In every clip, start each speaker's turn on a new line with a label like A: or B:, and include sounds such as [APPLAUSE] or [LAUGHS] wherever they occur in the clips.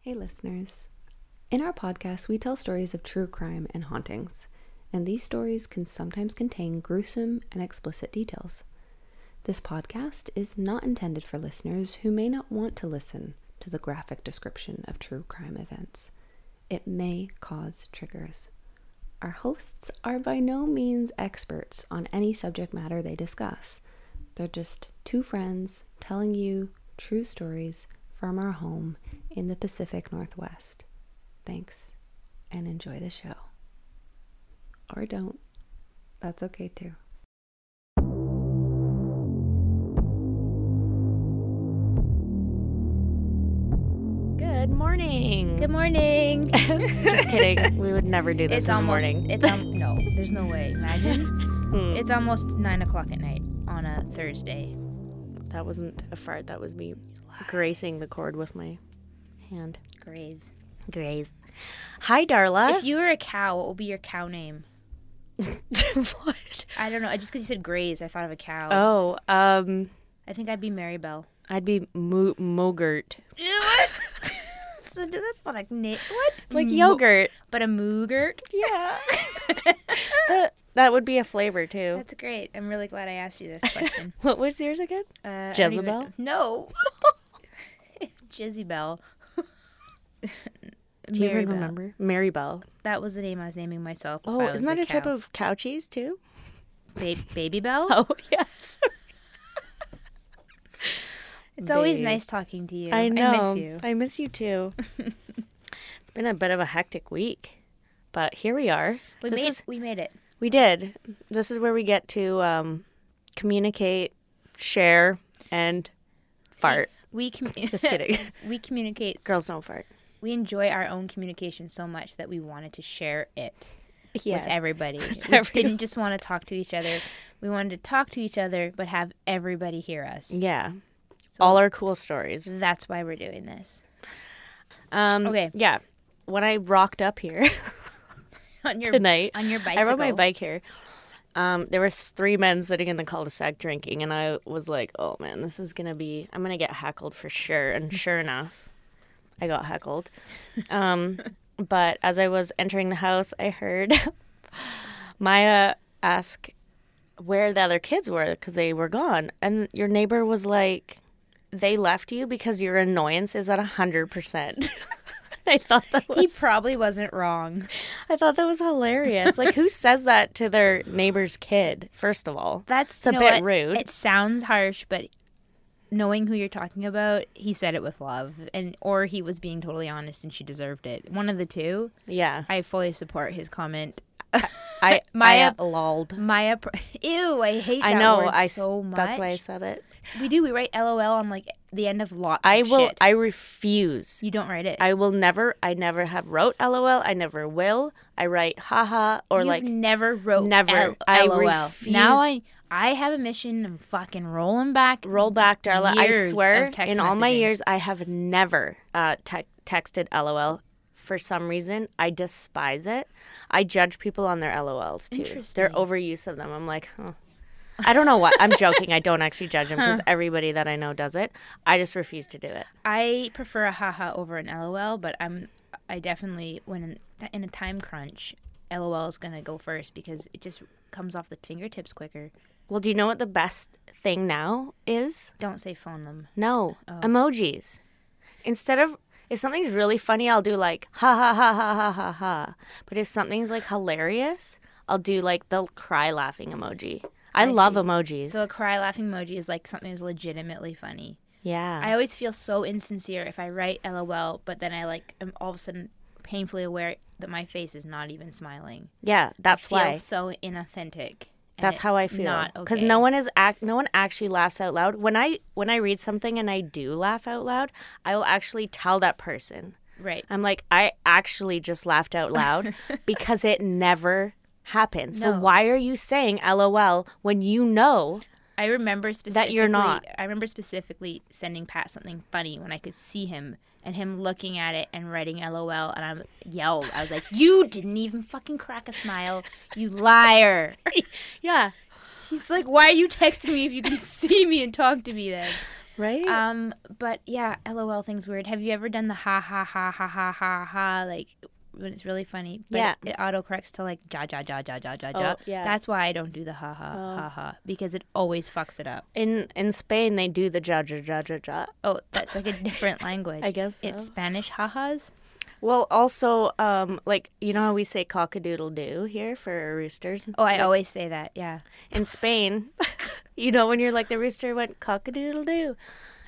A: Hey, listeners. In our podcast, we tell stories of true crime and hauntings, and these stories can sometimes contain gruesome and explicit details. This podcast is not intended for listeners who may not want to listen to the graphic description of true crime events. It may cause triggers. Our hosts are by no means experts on any subject matter they discuss. They're just two friends telling you true stories from our home in the Pacific Northwest. Thanks and enjoy the show. Or don't. That's okay too.
B: Good morning.
C: [LAUGHS] Good morning.
B: Just kidding. We would never [LAUGHS] do this
C: it's
B: in the
C: almost.
B: morning.
C: It's [LAUGHS] um, no. There's no way. Imagine. it's almost nine o'clock at night on a Thursday.
B: That wasn't a fart. That was me gracing the cord with my hand.
C: Graze.
B: Graze. Hi, Darla.
C: If you were a cow, what would be your cow name?
B: [LAUGHS] what?
C: I don't know. Just because you said graze, I thought of a cow.
B: Oh, um,
C: I think I'd be Mary [LAUGHS] Bell.
B: I'd be Mo- Mogurt.
C: [LAUGHS] That's not like knit. What?
B: Like yogurt.
C: But a moogert.
B: Yeah. [LAUGHS] that, that would be a flavor, too.
C: That's great. I'm really glad I asked you this [LAUGHS] question.
B: What was yours again?
C: Uh, I don't even-
B: Jezebel?
C: [LAUGHS] No. Jezebel.
B: Do you
C: Mary
B: even
C: Bell.
B: remember? Mary Bell.
C: That was the name I was naming myself. if
B: Oh,
C: I was
B: isn't that a type
C: cow.
B: of cow cheese, too?
C: ba-
B: [LAUGHS]
C: baby Bell?
B: Oh, yes.
C: It's always
B: Babe.
C: nice talking to you.
B: I know.
C: miss you.
B: I miss you
C: [LAUGHS]
B: too. it's been a bit of a hectic week, but here we are.
C: We
B: this
C: made
B: is
C: we made it.
B: we did. This is where we get to um, communicate, share, and fart.
C: We [LAUGHS] commu-
B: Just kidding.
C: we communicate.
B: Girls don't fart.
C: We enjoy our own communication so much that we wanted to share it
B: Yes. [LAUGHS]
C: with everybody. we
B: everyone.
C: didn't just want to talk to each other. We wanted to talk to each other, but have everybody hear us.
B: yeah. All our cool stories.
C: That's why we're doing this
B: Um,
C: Okay.
B: Yeah. When I rocked up
C: [LAUGHS]
B: here [LAUGHS]
C: on your
B: tonight,
C: on your bicycle.
B: I rode my bike here. Um, there were three men sitting in the cul-de-sac drinking, and I was like, "Oh man, this is gonna be. I'm gonna get heckled for sure."
C: [LAUGHS]
B: And sure enough, I got heckled. Um, [LAUGHS] but as I was entering the house, I heard [LAUGHS] Maya ask where the other kids were because they were gone, and your neighbor was like, "They left you because your annoyance is at hundred percent." [LAUGHS] I thought that was
C: He probably wasn't wrong.
B: I thought that was hilarious. Like, who says that to their neighbor's kid? First of all,
C: That's
B: It's a
C: you know
B: bit
C: what?
B: rude.
C: It sounds harsh, but knowing who you're talking about, he said it with love, and or he was being totally honest, and she deserved it. One of the two. [LAUGHS]
B: yeah,
C: I fully support his comment.
B: I
C: Maya-
B: I, uh, lolled.
C: Maya, pr- [LAUGHS] ew, I hate that
B: I know.
C: word
B: I s-
C: so much.
B: that's why I said it.
C: we do. We write LOL on like the end of lots.
B: I
C: of
B: will.
C: Shit.
B: I refuse.
C: you don't write it.
B: I will never. I never have wrote LOL. I never will. I write haha or
C: You've
B: like
C: never wrote
B: never.
C: L-
B: I
C: LOL.
B: refuse-
C: Now I I have a mission. I'm fucking rolling back.
B: roll back, Darla. I
C: Years
B: swear,
C: of text
B: in all my
C: messaging.
B: years, I have never uh, te- texted LOL. For some reason, I despise it. I judge people on their LOLs too. Their
C: Interesting.
B: overuse of them. I'm like, huh. I don't know what. I'm joking. I don't actually judge
C: [LAUGHS]
B: them because everybody that I know does it. I just refuse to do it.
C: I prefer a haha over an LOL, but I'm I definitely when in, in a time crunch, LOL is gonna go first because it just comes off the fingertips quicker.
B: Well, do you know what the best thing now is?
C: Don't say phone them.
B: No,
C: Oh.
B: emojis. Instead of if something's really funny, I'll do like ha ha ha ha ha ha ha. But if something's like hilarious, I'll do like the cry laughing emoji. I, love emojis.
C: So a cry laughing emoji is like something that's legitimately funny.
B: yeah.
C: I always feel so insincere if I write LOL, but then I like am all of a sudden painfully aware that my face is not even smiling.
B: yeah, that's
C: Feels
B: why.
C: so inauthentic. and
B: That's how I
C: it's
B: feel.
C: Not
B: Because
C: okay.
B: no one is act. No one actually laughs out loud. When I when I read something and I do laugh out loud, I will actually tell that person.
C: right.
B: I'm like, I actually just laughed out [LAUGHS] loud because it never happened. So
C: No.
B: why are you saying LOL when you know
C: I remember specifically.
B: That you're not.
C: I remember specifically sending Pat something funny when I could see him and him looking at it and writing LOL, and I yelled. I was like, "You didn't even fucking crack a smile,
B: [LAUGHS]
C: you liar!"
B: Yeah.
C: He's like, "Why are you texting me if you can see me and talk to me then?"
B: Right?
C: Um, but yeah, LOL thing's weird. Have you ever done the ha ha ha ha ha ha ha like when it's really funny? But
B: Yeah.
C: It, it autocorrects to like ja ja ja ja ja ja ja.
B: Oh, yeah. Oh.
C: That's why I don't do the ha ha ha ha because it always fucks it up.
B: in in Spain they do the ja ja ja ja ja.
C: Oh, that's like a different language.
B: [LAUGHS] I guess
C: it's
B: so.
C: Spanish ha-has.
B: Well, also um like you know how we say cockadoodle doo here for roosters?
C: Oh, I always say that. Yeah.
B: In Spain, [LAUGHS] you know when you're like the rooster went cockadoodle doo.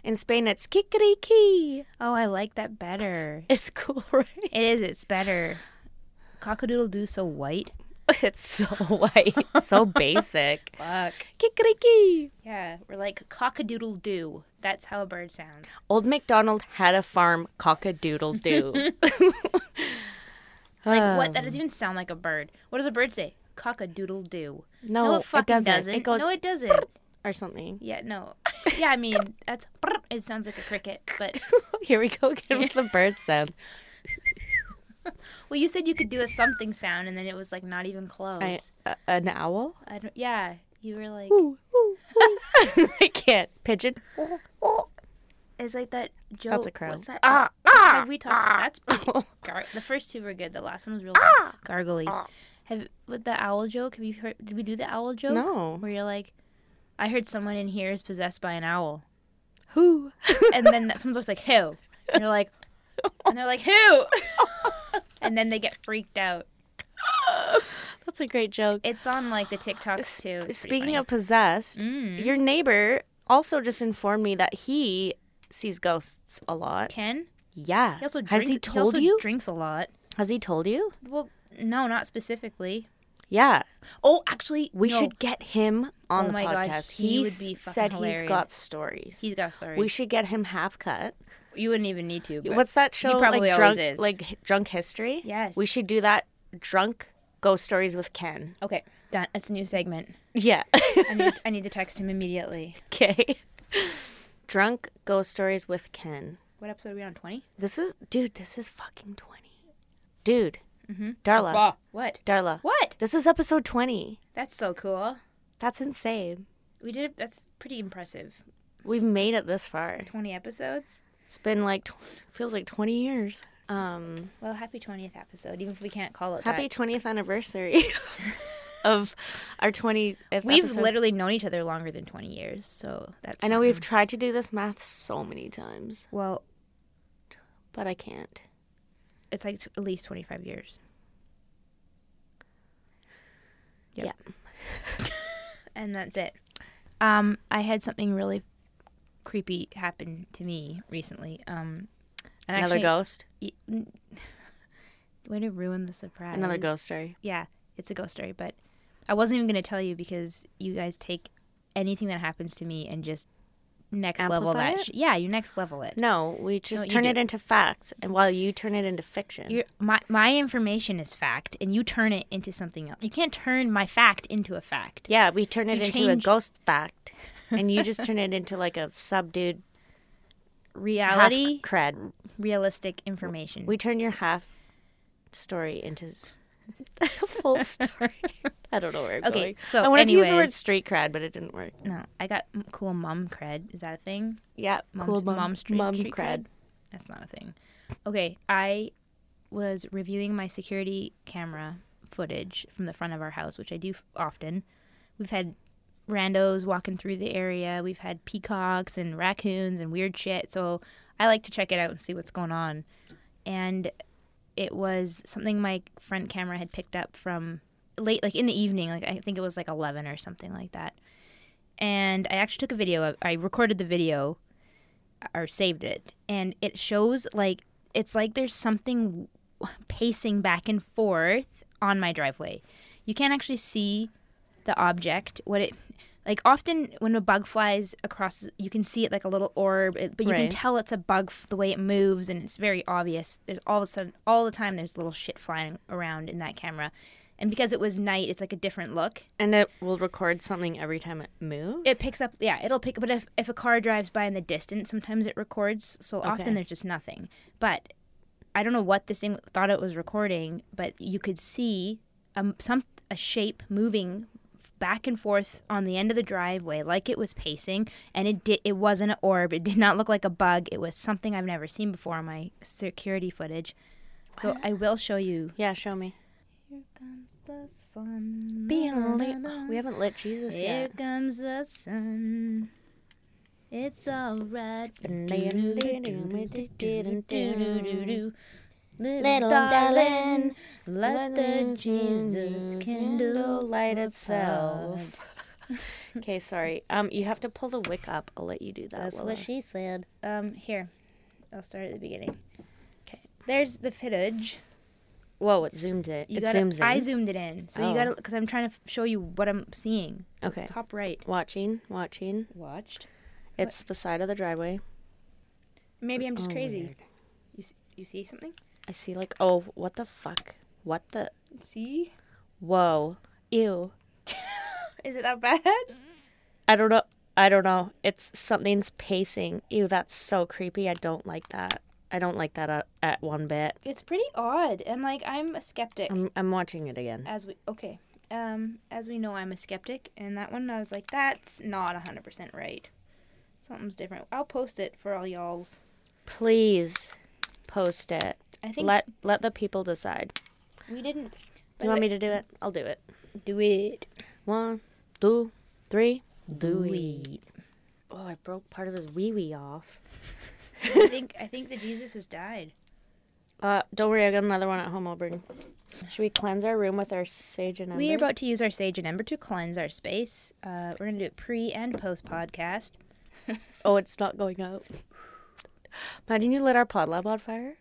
B: In Spain it's kikariki.
C: Oh, I like that better.
B: It's cool, [LAUGHS] right?
C: It is. It's better. Cockadoodle do so white.
B: It's so white, so [LAUGHS] basic.
C: Fuck.
B: Kikariki.
C: Yeah, we're like cockadoodle do. That's how a bird sounds.
B: Old MacDonald had a farm cockadoodle
C: [LAUGHS]
B: doo.
C: Like what? That doesn't
B: Um.
C: even sound like a bird. What does a bird say? Cock a doodle do.
B: No, it doesn't. It goes-
C: no, it doesn't.
B: or something. [LAUGHS]
C: Yeah, no. Yeah, I mean that's. It sounds like a cricket, but
B: Here we go again with the bird
C: [LAUGHS]
B: sound.
C: well, you said you could do a something sound, and then it was like not even close.
B: I, uh, an owl?
C: I don't, yeah, you were like,
B: [LAUGHS] I can't. Pigeon?
C: it's like that joke.
B: That's a crow.
C: What's that? Ah, Have we talked? that's pretty. [LAUGHS] Gar- the first two were good. The last one was real gargly. Have with the owl joke? Have you heard? Did we do the owl joke?
B: No.
C: Where you're like, I heard someone in here is possessed by an owl.
B: Who?
C: [LAUGHS] and then that- someone's always like, "Who?" And you're like, and they're like, [LAUGHS] "Who?" and then they get freaked out.
B: That's a great joke.
C: It's on like the TikToks too. It's pretty
B: Speaking
C: funny. Mm.
B: of possessed, your neighbor also just informed me that he sees ghosts a lot.
C: Ken,
B: Yeah.
C: he also drinks,
B: Has he told
C: also
B: you?
C: drinks a lot.
B: Has he told you?
C: Well, no, not specifically.
B: Yeah.
C: Oh, actually,
B: We
C: no.
B: should get him on
C: Oh
B: the
C: my gosh,
B: podcast.
C: he would
B: s-
C: be fucking
B: said he's
C: hilarious.
B: got stories.
C: He's got stories.
B: We should get him half cut.
C: you wouldn't even need to. But
B: What's that show?
C: probably
B: like
C: always
B: drunk,
C: is.
B: like h- drunk history.
C: Yes.
B: We should do that. Drunk ghost stories with Ken.
C: okay, done. That's a new segment.
B: Yeah. [LAUGHS]
C: I need, I need to text him immediately.
B: okay. drunk ghost stories with Ken.
C: What episode are we on? Twenty.
B: This is, dude. This is fucking twenty, dude. Darla.
C: What?
B: Darla.
C: Mm-hmm. What?
B: This is episode twenty.
C: That's so cool.
B: That's insane.
C: We did. That's pretty impressive.
B: We've made it this far.
C: Twenty episodes.
B: It's been like tw- feels like twenty years. Um.
C: Well, happy twentieth episode. Even if we can't call it that.
B: Happy twentieth anniversary [LAUGHS] of our twentieth.
C: We've literally known each other longer than 20 years, so that's.
B: I know we've tried to do this math so many times,
C: Well,
B: but I can't.
C: it's like t- at least 25 years. Yep. [LAUGHS] and that's it. Um, I had something really creepy happen to me recently. Um, and
B: Another
C: actually,
B: ghost.
C: [LAUGHS] Way to ruin the surprise.
B: Another ghost story.
C: Yeah, it's a ghost story, but I wasn't even going to tell you because you guys take anything that happens to me and just next level
B: Amplify
C: that.
B: it?
C: sh- yeah, you next level it.
B: No, we just
C: you
B: turn
C: do.
B: it into facts, and while you turn it into fiction.
C: Your, my my information is fact, and you turn it into something else. You can't turn my fact into a fact.
B: yeah, we turn it into
C: change-
B: a ghost
C: [LAUGHS]
B: fact, and you just turn it into like a subdued half
C: Reality,
B: cred.
C: realistic information.
B: We turn your half story into s- [LAUGHS] full
C: [LAUGHS]
B: story. I don't know where I'm
C: Okay,
B: going.
C: so
B: I wanted to use the word
C: anyways-
B: street cred, but it didn't work.
C: [LAUGHS] no, I got m- cool mom cred. Is that a thing?
B: Yeah,
C: Mom,
B: cool mom,
C: mom, street,
B: mom
C: street cred? That's not a thing. Okay, I was reviewing my security camera footage from the front of our house, which I do f- often. We've had randos walking through the area. We've had peacocks and raccoons and weird shit. So I like to check it out and see what's going on. And it was something my front camera had picked up from late, like in the evening. Like I think it was like eleven or something like that. And I actually took a video. Of, I recorded the video uh, or saved it, and it shows like it's like there's something pacing back and forth on my driveway. You can't actually see the object. What it like often when a bug flies across, you can see it like a little orb, it- but you
B: Right.
C: can tell it's a bug f- the way it moves, and it's very obvious. There's all of a sudden all the time there's little shit flying around in that camera, and because it was night, it's like a different look
B: And it will record something every time it moves.
C: it picks up yeah it'll pick but if, if a car drives by in the distance sometimes it records so
B: Okay.
C: often there's just nothing but i don't know what this thing thought it was recording but you could see um, some a shape moving back and forth on the end of the driveway like it was pacing, and it did. It wasn't an orb. It did not look like a bug. It was something I've never seen before on my security footage. So I will show you.
B: Yeah, show me.
C: Here comes the sun.
B: Being late. Oh, we haven't lit Jesus
C: Here
B: yet.
C: comes the sun. It's all right. Little darling, let the Jesus kindle light itself.
B: [LAUGHS] Okay, sorry. Um, you have to pull the wick up. I'll let you do that.
C: That's
B: Lola.
C: what she said. Um, here, I'll start at the beginning.
B: 'Kay.
C: There's the footage.
B: Whoa, it zoomed it.
C: You
B: it
C: gotta,
B: zooms in.
C: I zoomed it in, so
B: Oh.
C: you gotta, because I'm trying to f- show you what I'm seeing. So it's
B: Okay.
C: Top right.
B: Watching, watching.
C: Watched.
B: It's the side of the driveway.
C: Maybe I'm just
B: Oh,
C: crazy.
B: weird.
C: You s you see something?
B: I see like oh what the fuck? What the
C: See?
B: whoa. Ew.
C: Is it that bad?
B: I don't know I don't know. It's something's pacing. Ew, that's so creepy. I don't like that. I don't like that at, at one bit.
C: It's pretty odd, and like I'm a skeptic.
B: I'm I'm watching it again.
C: as we okay, um, as we know, I'm a skeptic, and that one I was like, that's not 100% right. Something's different. I'll post it for all y'all's.
B: Please post it.
C: I think
B: Let let the people decide.
C: we didn't.
B: You want me to do it? I'll do it.
C: do it?
B: One, two, three. Do it. Oh, I broke part of his wee wee off.
C: [LAUGHS] I think I think that Jesus has died.
B: Uh, don't worry, I got another one at home. I'll bring. Should we cleanse our room with our sage and
C: [LAUGHS] We are
B: ember?
C: about to use our sage and ember to cleanse our space. Uh, we're gonna do it pre and post podcast.
B: oh, it's not going out. Imagine you lit our pod lab on fire.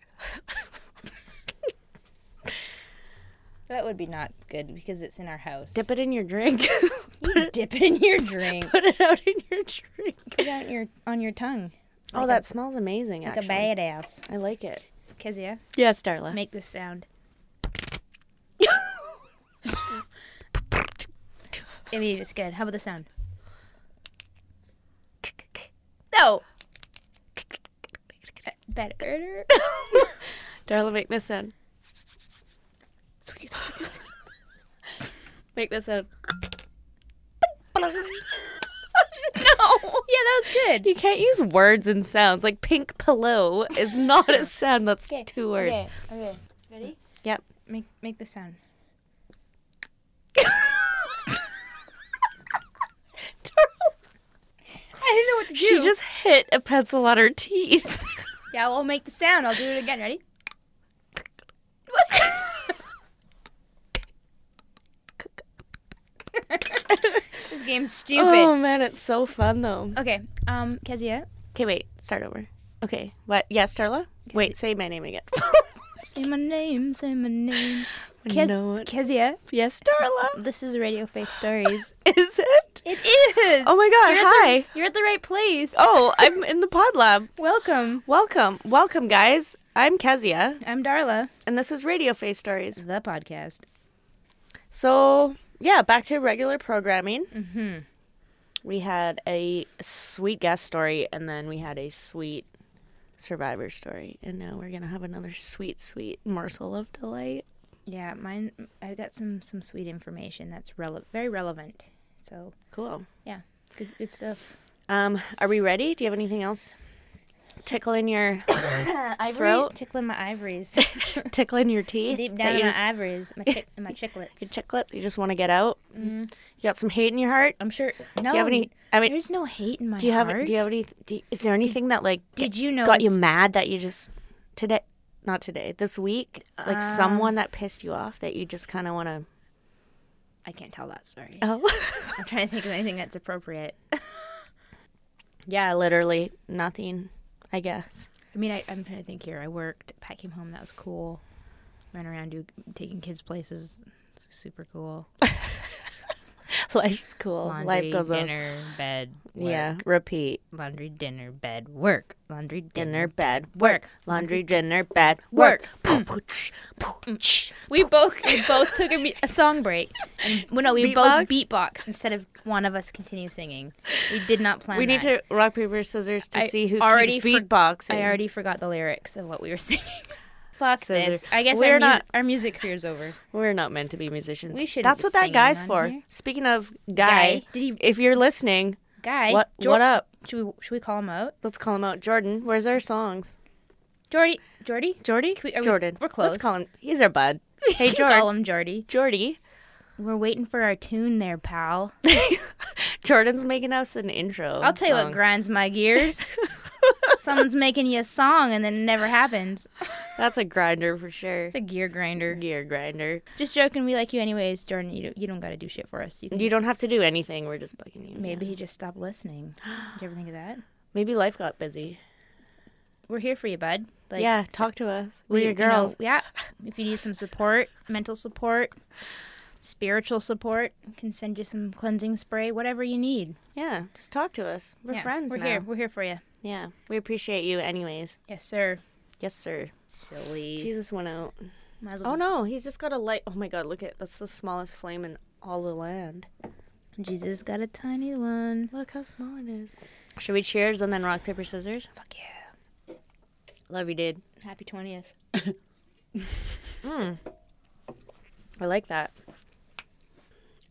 C: That would be not good because it's in our house.
B: Dip it in your drink. [LAUGHS]
C: [LAUGHS] You dip it in your drink.
B: Put it out in your drink.
C: Put it on your on your tongue.
B: oh, that smells amazing.
C: Like
B: actually,
C: a badass.
B: I like it.
C: Kezia,
B: Yes, Darla.
C: make this sound. I mean, it's good. How about the sound? No. Better. [LAUGHS]
B: Darla, make this sound. Make this sound.
C: no. Yeah, that was good.
B: You can't use words and sounds. Like pink pillow is not a sound. That's two words.
C: Okay. Okay. Ready?
B: Yep.
C: Make make the [LAUGHS] sound. I didn't know what to do.
B: She just hit a pencil on her teeth.
C: Yeah, well, make the sound. I'll do it again. Ready? this game's stupid.
B: Oh man, it's so fun though.
C: Okay, um, Kezia,
B: Okay, wait, start over. Okay, what? Yes, Darla. Wait, say my name again. [LAUGHS]
C: say my name. Say my name. Kez-
B: No one-
C: Kezia,
B: yes, Darla.
C: this is Radio Face Stories.
B: Is [LAUGHS] it?
C: it is.
B: Oh my God! Hi.
C: [LAUGHS] You're at the right place.
B: Oh, I'm in the pod lab.
C: Welcome.
B: Welcome, welcome, guys. I'm Kezia,
C: I'm Darla.
B: and this is Radio Face Stories.
C: The podcast.
B: So yeah, back to regular programming. Mm-hmm. We had a sweet guest story, and then we had a sweet survivor story, and now we're gonna have another sweet, sweet morsel of delight.
C: Yeah, mine. I've got some some sweet information that's rele- very relevant. So
B: Cool.
C: yeah, good good stuff.
B: Um, are we ready? Do you have anything else? Tickle in
C: [COUGHS]
B: your
C: Ivory
B: Throat.
C: tickling my [LAUGHS] ivories
B: tickle in your teeth.
C: deep
B: that
C: down
B: you
C: in my [LAUGHS]
B: just-
C: ivories, my chick, my
B: your
C: chicklets.
B: chicklets. You just want to get out.
C: Mm-hmm.
B: You got some hate in your heart.
C: I'm sure. No,
B: Do you have any? I mean,
C: there's no hate in my
B: Do you have?
C: Oh, heart.
B: Do you have any? Do you- is there anything that like
C: did
B: get-
C: you know
B: got you
C: it's-
B: mad that you just today? Not today. This week, like someone
C: Uh,
B: that pissed you off that you just kind of want to.
C: I can't tell that story.
B: Oh,
C: [LAUGHS] I'm trying to think of anything that's appropriate.
B: yeah. Literally nothing. I guess. [LAUGHS]
C: I mean, I, I'm trying to think here. I worked. Pat came home. That was cool. Ran around, do taking kids places. It's super [LAUGHS] cool.
B: Life's cool.
C: Laundry,
B: Life goes on.
C: dinner, bed. Work.
B: Yeah. Repeat.
C: Laundry, dinner, bed, work. Laundry,
B: Dinner,
C: dinner.
B: bed, work. Laundry, dinner, bed, work.
C: [CLEARS THROAT]
B: Poo, poo, tsh, poo,
C: Mm.
B: tsh.
C: We both we both took a, mu- a song break. And, well, no, we
B: Beatbox?
C: both beatbox instead of one of us continue singing. We did not plan.
B: We need
C: that.
B: to rock paper scissors to
C: I
B: see who
C: already
B: keeps
C: for-
B: beatboxing.
C: I already forgot the lyrics of what we were [LAUGHS] singing. Fuck
B: Scissor.
C: this. I guess
B: We're
C: our, mus-
B: not-
C: our music career's over.
B: We're not meant to be musicians.
C: We shouldn't
B: That's
C: be
B: what that
C: singing
B: guy's
C: on
B: for.
C: here.
B: Speaking of guy,
C: Guy. Did he-
B: if you're listening,
C: Guy,
B: what
C: Jor-
B: what up?
C: Should we, should we call him out?
B: Let's call him out. Jordan, where's our songs?
C: Jordy, Jordy,
B: Jordy?
C: we- are we-
B: Jordan.
C: we're
B: Let's
C: close.
B: call him. He's our
C: [LAUGHS]
B: bud. Hey,
C: You can call
B: Jordan.
C: him Jordy.
B: Jordy.
C: We're waiting for our tune there, pal.
B: Jordan's making us an intro.
C: I'll tell you what
B: song.
C: grinds my gears. Someone's making you a song and then it never happens.
B: That's a grinder for sure.
C: It's a gear grinder.
B: gear grinder.
C: Just joking. We like you anyways, Jordan. You don't, you don't got to do shit for us. You, can
B: You
C: just-
B: don't have to do anything. We're just bugging you.
C: Maybe he just stopped listening. Did you ever think of that?
B: Maybe life got busy.
C: [GASPS] We're here for you, bud. Like,
B: yeah, talk to us.
C: we-
B: We're your
C: you know,
B: girls.
C: yeah. If you need
B: [LAUGHS]
C: some support, mental support, spiritual support, can send you some cleansing spray, whatever you need.
B: yeah, just talk to us. We're
C: Yeah,
B: friends
C: We're
B: now.
C: here. We're here for you.
B: Yeah, we appreciate you, anyways.
C: Yes, sir.
B: Yes, sir.
C: Silly.
B: Jesus went out.
C: Might as well
B: Oh
C: just-
B: no, he's just got a light. Oh my God, look at that's the smallest flame in all the land.
C: Jesus got a tiny one.
B: Look how small it is. Should we cheers and then rock paper scissors?
C: Fuck yeah.
B: Love you, dude.
C: Happy 20th.
B: I like that.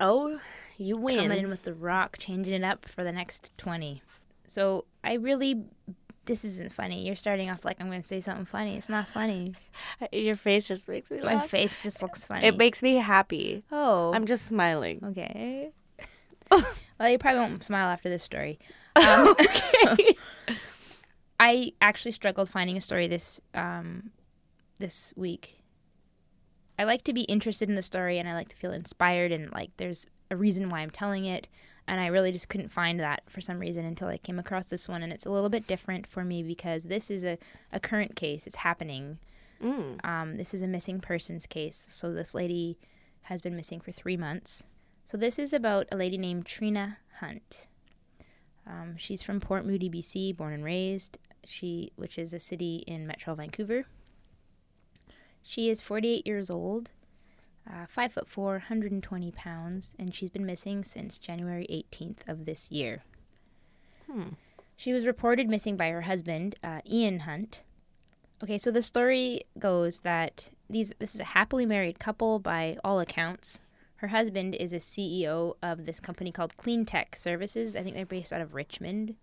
B: Oh, you win.
C: Coming in with The Rock, changing it up for the next 20. So I really. This isn't funny. You're starting off like I'm going to say something funny. It's not funny.
B: Your face just makes me
C: My
B: laugh.
C: face just looks funny.
B: It makes me happy.
C: oh.
B: I'm just smiling.
C: okay. [LAUGHS] well, you probably won't smile after this story. Um,
B: Okay.
C: [LAUGHS] I actually struggled finding a story this um, this week. I like to be interested in the story and I like to feel inspired and like there's a reason why I'm telling it. And I really just couldn't find that for some reason until I came across this one. And it's a little bit different for me because this is a, a current case. It's happening. Um, this is a missing persons case. So this lady has been missing for three months. So this is about a lady named Trina Hunt. Um, she's from Port Moody, BC, born and raised. She, which is a city in Metro Vancouver. She is 48 years old, uh, five foot four, 120 pounds, and she's been missing since January 18th of this year. She was reported missing by her husband, uh, Ian Hunt. Okay, so the story goes that these this is a happily married couple by all accounts. Her husband is a CEO of this company called Clean Tech Services. I think they're based out of Richmond.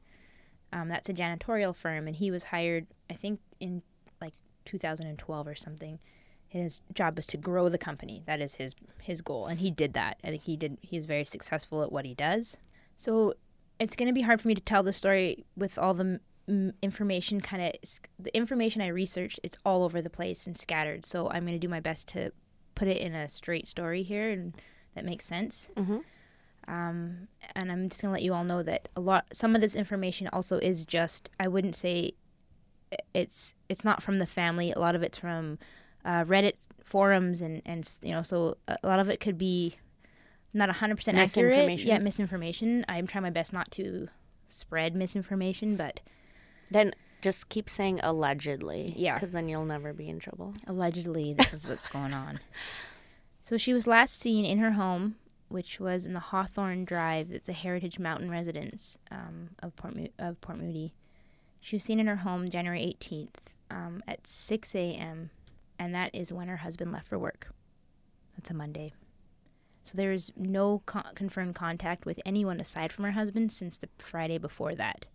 C: Um, that's a janitorial firm, and he was hired, I think, in like 2012 or something. His job was to grow the company. That is his his goal, and he did that. I think he did. He's very successful at what he does. So it's going to be hard for me to tell the story with all the m- information kind of the information I researched. It's all over the place and scattered. So I'm going to do my best to put it in a straight story here, and that makes sense. Mm-hmm. Um, and I'm just going to let you all know that a lot. Some of this information also is just. I wouldn't say it's it's not from the family. A lot of it's from uh, Reddit forums and and you know. So a lot of it could be not 100% accurate.
B: Misinformation.
C: Yeah, misinformation. I'm trying my best not to spread misinformation, but
B: Then just keep saying allegedly.
C: Yeah.
B: Because then you'll never be in trouble.
C: allegedly this is what's going on. [LAUGHS] So she was last seen in her home, which was in the Hawthorne Drive. That's a Heritage Mountain residence um, of Port Mo- of Port Moody. She was seen in her home January 18th um, at 6 a.m., and that is when her husband left for work. That's a Monday. So there is no con- confirmed contact with anyone aside from her husband since the Friday before that.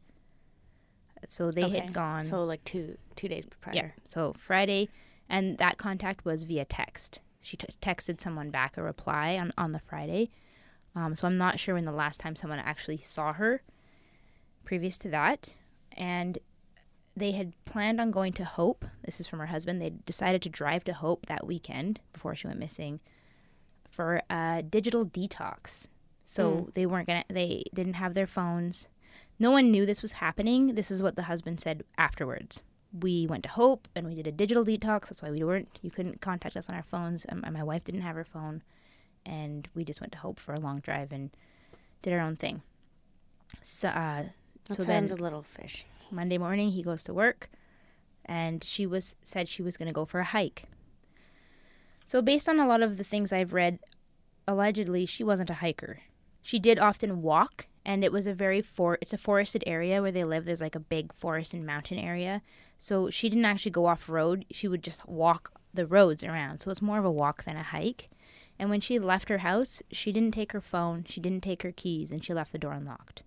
C: So they
B: Okay.
C: had gone.
B: So like two two days prior.
C: Yeah. So Friday, and that contact was via text. She t- texted someone back a reply on, on the Friday. Um, so I'm not sure when the last time someone actually saw her previous to that. And they had planned on going to Hope. This is from her husband. They decided to drive to Hope that weekend before she went missing for a digital detox.
B: Hmm.
C: So they weren't gonna. They didn't have their phones. No one knew this was happening. This is what the husband said afterwards. We went to Hope and we did a digital detox. That's why we weren't. You couldn't contact us on our phones. Um, and my wife didn't have her phone, and we just went to Hope for a long drive and did our own thing. So, uh,
B: That
C: so then
B: sounds a little fish.
C: Monday morning, he goes to work, and she was said she was going to go for a hike. So, based on a lot of the things I've read, allegedly she wasn't a hiker. she did often walk and it was a very for it's a forested area where they live there's like a big forest and mountain area so she didn't actually go off road she would just walk the roads around so it's more of a walk than a hike and when she left her house she didn't take her phone she didn't take her keys and she left the door unlocked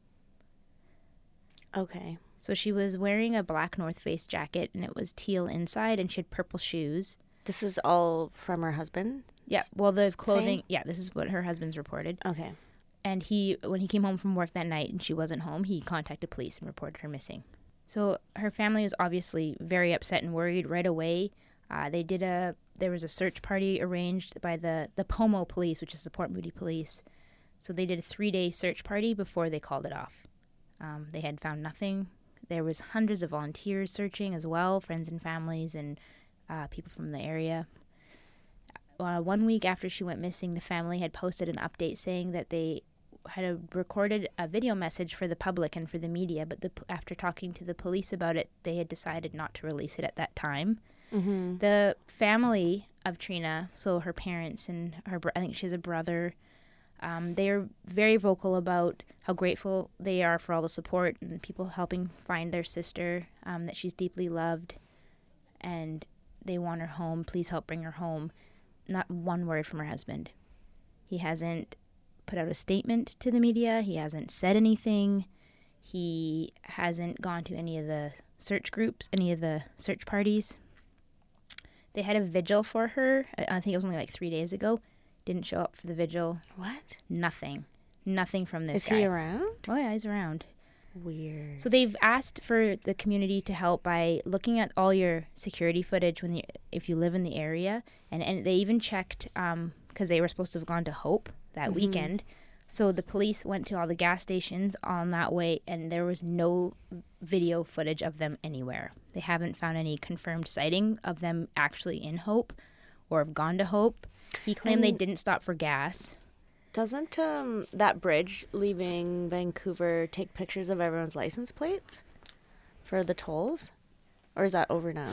B: Okay.
C: so she was wearing a black north face jacket and it was teal inside and she had purple shoes
B: This is all from her husband?
C: yeah well the clothing yeah this is what her husband's reported
B: Okay.
C: and he when he came home from work that night and she wasn't home he contacted police and reported her missing so her family was obviously very upset and worried right away uh, they did a there was a search party arranged by the the pomo police which is the port moody police so they did a three day search party before they called it off um, they had found nothing there was hundreds of volunteers searching as well friends and families and uh, people from the area uh, one week after she went missing, the family had posted an update saying that they had uh recorded a video message for the public and for the media, but the, p- after talking to the police about it, they had decided not to release it at that time. Mm-hmm. The family of Trina, so her parents and her, bro- I think she has a brother, um, they are very vocal about how grateful they are for all the support and people helping find their sister, um, that she's deeply loved, and they want her home. Please help bring her home not one word from her husband. He hasn't put out a statement to the media. He hasn't said anything. He hasn't gone to any of the search groups, any of the search parties. They had a vigil for her. I I think it was only like three days ago. Didn't show up for the vigil.
B: What?
C: Nothing. Nothing from this
B: Is
C: guy.
B: he around?
C: Oh yeah, he's around.
B: Weird.
C: So they've asked for the community to help by looking at all your security footage when you, if you live in the area, and and they even checked because they were supposed to have gone to Hope that weekend. So the police went to all the gas stations on that way, and there was no video footage of them anywhere. They haven't found any confirmed sighting of them actually in Hope, or have gone to Hope. He claimed they didn't stop for gas.
B: Doesn't um that bridge leaving Vancouver take pictures of everyone's license plates for the tolls? Or is that over now?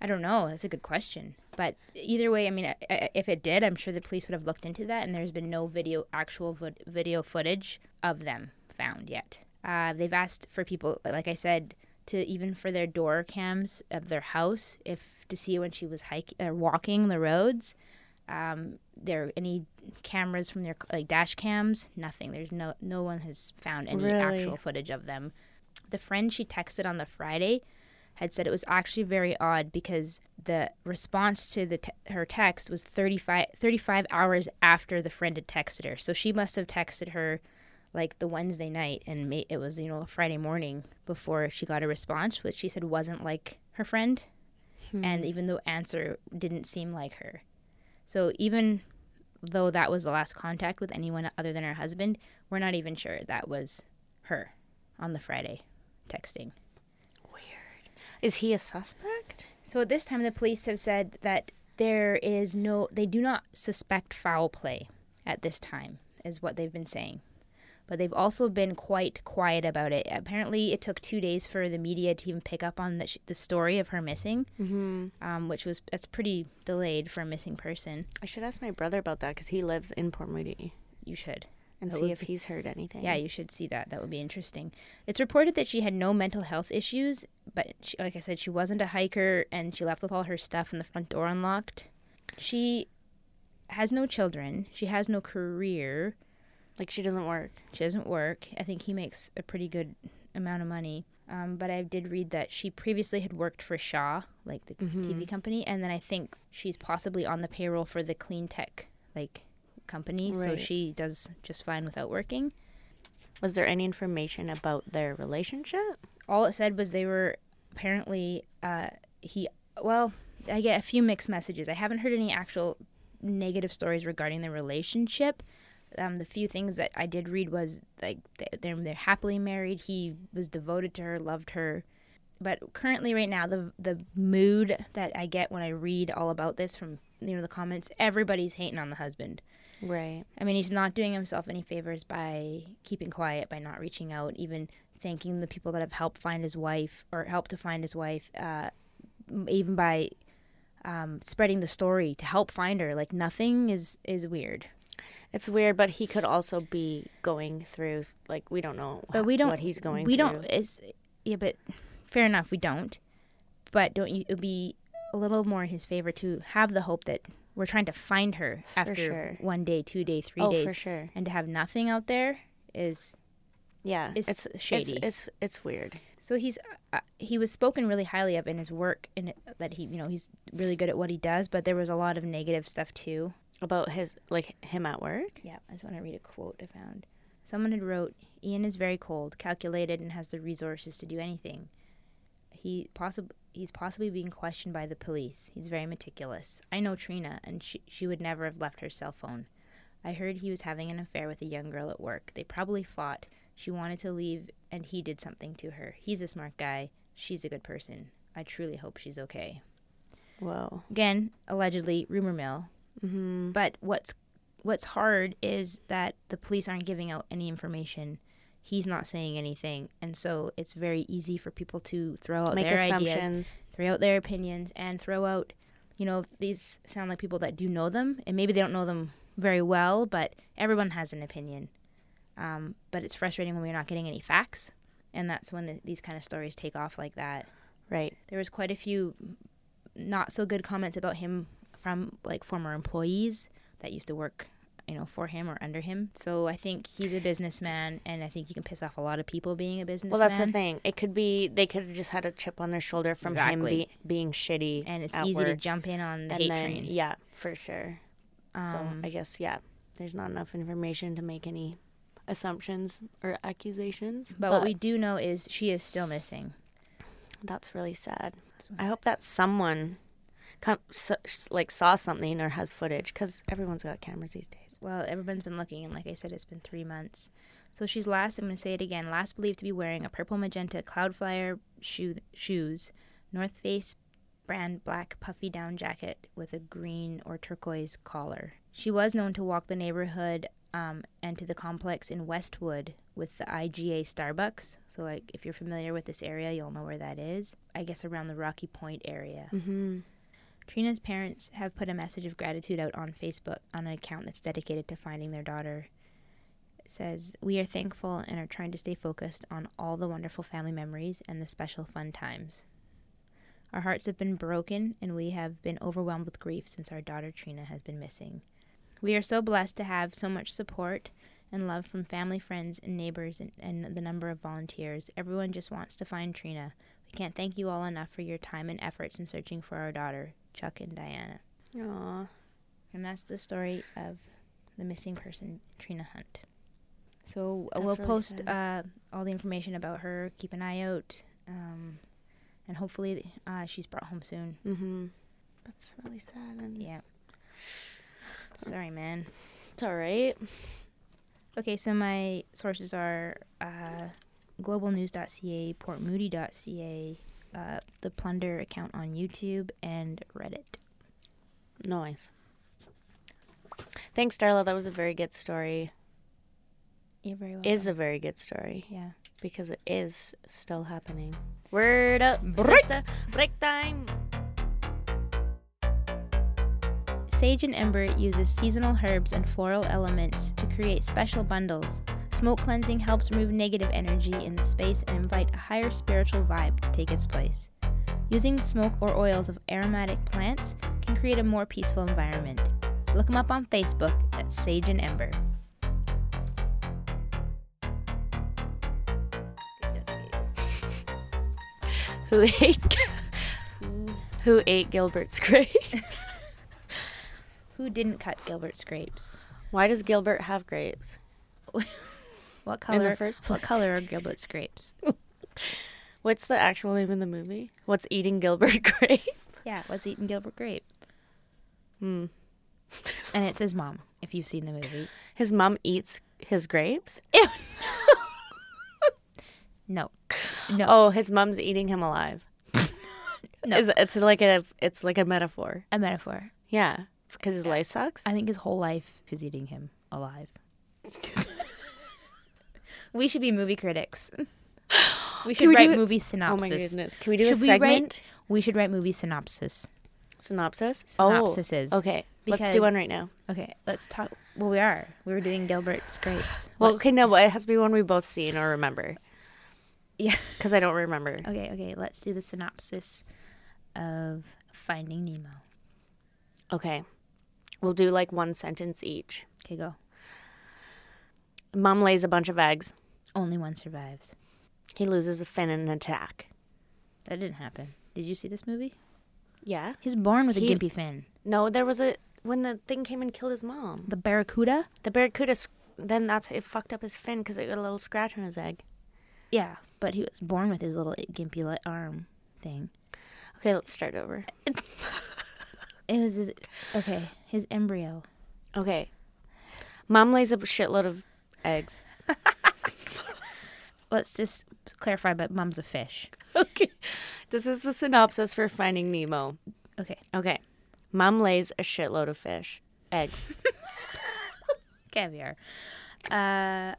C: I don't know. That's a good question. But either way, I mean, I- I- if it did, I'm sure the police would have looked into that, and there's been no video, actual vo- video footage of them found yet. Uh, they've asked for people, like I said, to even for their door cams of their house, if to see when she was hiking, uh, walking the roads. Um, there any cameras from their like dash cams? Nothing. There's no no one has found any
B: Really?
C: actual footage of them. The friend she texted on the Friday had said it was actually very odd because the response to the te- her text was 35, 35 hours after the friend had texted her. So she must have texted her like the Wednesday night and ma- it was, you know, Friday morning before she got a response, which she said wasn't like her friend. And even the answer didn't seem like her. So even though that was the last contact with anyone other than her husband, we're not even sure that was her on the Friday texting.
B: Is he a suspect?
C: So at this time, the police have said that there is no, they do not suspect foul play at this time, is what they've been saying. But they've also been quite quiet about it. Apparently, it took two days for the media to even pick up on the, sh- the story of her missing, mm-hmm. um, which was that's pretty delayed for a missing person.
B: I should ask my brother about that because he lives in Port Moody
C: You should.
B: and
C: That
B: see
C: would
B: if he's heard anything.
C: Yeah, you should see that. That would be interesting. It's reported that she had no mental health issues, but she, like I said, she wasn't a hiker and she left with all her stuff and the front door unlocked. She has no children. She has no career.
B: Like she doesn't work.
C: She doesn't work. I think he makes a pretty good amount of money. Um, but I did read that she previously had worked for Shaw, like the TV company, and then I think she's possibly on the payroll for the clean tech like company. So
B: Right.
C: she does just fine without working.
B: Was there any information about their relationship?
C: all it said was they were apparently uh, he well i get a few mixed messages i haven't heard any actual negative stories regarding the relationship um, the few things that i did read was like th- they're, they're happily married he was devoted to her loved her but currently right now the the mood that i get when i read all about this from you know the comments everybody's hating on the husband
B: Right.
C: I mean, he's not doing himself any favors by keeping quiet, by not reaching out, even thanking the people that have helped find his wife or helped to find his wife, uh, m- even by um, spreading the story to help find her. Like nothing is is weird.
B: It's weird, but he could also be going through like we don't know
C: But we don't.
B: what he's going
C: We
B: through.
C: don't. It's yeah, but fair enough. We don't. But don't you? It'd be a little more in his favor to have the hope that we're trying to find her after
B: sure.
C: one day, two day, three
B: Oh,
C: days,
B: for sure.
C: and to have nothing out there is
B: Yeah,
C: It's shady.
B: It's, it's it's weird.
C: so he's uh, he was spoken really highly of in his work and that he you know he's really good at what he does but there was a lot of negative stuff too
B: about his like him at work.
C: Yeah, I just want to read a quote I found. Someone had wrote, "Ian is very cold, calculated, and has the resources to do anything. He possib- he's possibly being questioned by the police. He's very meticulous. I know Trina, and she she would never have left her cell phone. I heard he was having an affair with a young girl at work. They probably fought. She wanted to leave, and he did something to her. He's a smart guy. She's a good person. I truly hope she's okay."
B: Whoa.
C: again allegedly rumor mill
B: Mm-hmm.
C: but what's what's hard is that the police aren't giving out any information he's not saying anything and so it's very easy for people to throw out
B: Make
C: their ideas
B: assumptions.
C: throw out their opinions and throw out you know these sound like people that do know them and maybe they don't know them very well but everyone has an opinion um, but it's frustrating when we're not getting any facts and that's when the, these kind of stories take off like that
B: Right.
C: there was quite a few not so good comments about him from like former employees that used to work you know for him or under him so i think he's a businessman and i think you can piss off a lot of people being a businessman
B: Well, that's the thing. It could be they could have just had a chip on their shoulder from
C: Exactly.
B: him be, being shitty,
C: and it's
B: at
C: easy to
B: work.
C: jump in on the
B: and
C: hate
B: then,
C: train Um,
B: Yeah, for sure. so I guess yeah, there's not enough information to make any assumptions or accusations.
C: but, what we do know is she is still missing
B: that's really sad. I hope that someone, come, s s- like saw something or has footage because everyone's got cameras these days.
C: well everyone's been looking and like i said it's been three months so she's last i'm going to say it again last believed to be wearing a purple magenta cloudflyer shoe shoes north face brand black puffy down jacket with a green or turquoise collar she was known to walk the neighborhood um, and to the complex in westwood with the iga starbucks so like, if you're familiar with this area you'll know where that is i guess around the rocky point area Mm-hmm. Trina's parents have put a message of gratitude out on Facebook on an account that's dedicated to finding their daughter. It says, We are thankful and are trying to stay focused on all the wonderful family memories and the special fun times. Our hearts have been broken and we have been overwhelmed with grief since our daughter Trina has been missing. We are so blessed to have so much support and love from family, friends, and neighbors, and, and the number of volunteers. Everyone just wants to find Trina. We can't thank you all enough for your time and efforts in searching for our daughter, Chuck and Diana.
B: Aw,
C: And that's the story of the missing person, Trina Hunt. So uh,
B: That's
C: we'll
B: really
C: post uh, all the information about her. Keep an eye out. Um, and hopefully uh, she's brought home soon.
B: mm-hmm. That's really sad. And
C: Yeah. Sorry, man.
B: it's all right.
C: Okay, so my sources are uh, globalnews.ca, portmoody.ca, uh, the Plunder account on YouTube, and Reddit.
B: Noise. Thanks, Darla. That was a very good story.
C: You're very welcome.
B: Is a very good story
C: yeah.
B: because it is still happening. Word up,
C: Break.
B: sister. Break time.
C: Sage and Ember uses seasonal herbs and floral elements to create special bundles. Smoke cleansing helps remove negative energy in the space and invite a higher spiritual vibe to take its place. Using the smoke or oils of aromatic plants can create a more peaceful environment. Look them up on Facebook at Sage and Ember.
B: Who ate? [LAUGHS] Who ate Gilbert's [LAUGHS] grapes?
C: Who didn't cut Gilbert's grapes?
B: Why does Gilbert have grapes?
C: What
B: In the
C: color?
B: first
C: what color are Gilbert's grapes?
B: What's the actual name in the movie? What's eating Gilbert [LAUGHS] grape?
C: yeah, what's eating Gilbert grape?
B: Hmm.
C: And it says mom. If you've seen the movie,
B: His mom eats his grapes. [LAUGHS]
C: no, no,
B: Oh, his mom's eating him alive.
C: No.
B: Is- It's, like a it's like a metaphor.
C: a metaphor.
B: Yeah, because his life sucks.
C: I think his whole life is eating him alive. [LAUGHS] we should be movie critics. We should
B: we do
C: write
B: it?
C: movie
B: Oh my
C: synopsis.
B: goodness! Can we do a
C: Should we
B: segment?
C: write? We should write movie synopsis.
B: Synopsis?
C: Synopsises.
B: Oh, okay. Let's
C: Because-
B: do one right now.
C: Okay, let's talk. Well, we are. We were doing Gilbert's grapes.
B: Well,
C: What-
B: okay, no, but it has to be one we both seen or remember
C: [LAUGHS] yeah.
B: because I don't remember.
C: Okay, okay. Let's do the synopsis of Finding Nemo.
B: Okay. We'll do like one sentence each.
C: Okay, go.
B: Mom lays a bunch of eggs.
C: Only one survives.
B: He loses a fin in an attack.
C: That didn't happen. Did you see this movie?
B: Yeah.
C: He's born with a
B: He-
C: gimpy fin.
B: No, there was a when the thing came and killed his mom.
C: The barracuda.
B: The barracuda. s- Then that's it. Fucked up his fin because it got a little scratch on his egg.
C: Yeah, but he was born with his little gimpy li- arm thing.
B: Okay, let's start over.
C: It was his, okay. His embryo.
B: Okay. Mom lays a shitload of eggs.
C: Let's just clarify. But mom's a fish.
B: [LAUGHS] Okay. This is the synopsis for Finding Nemo.
C: Okay.
B: Okay. Mom lays a shitload of fish. Eggs.
C: caviar. Uh,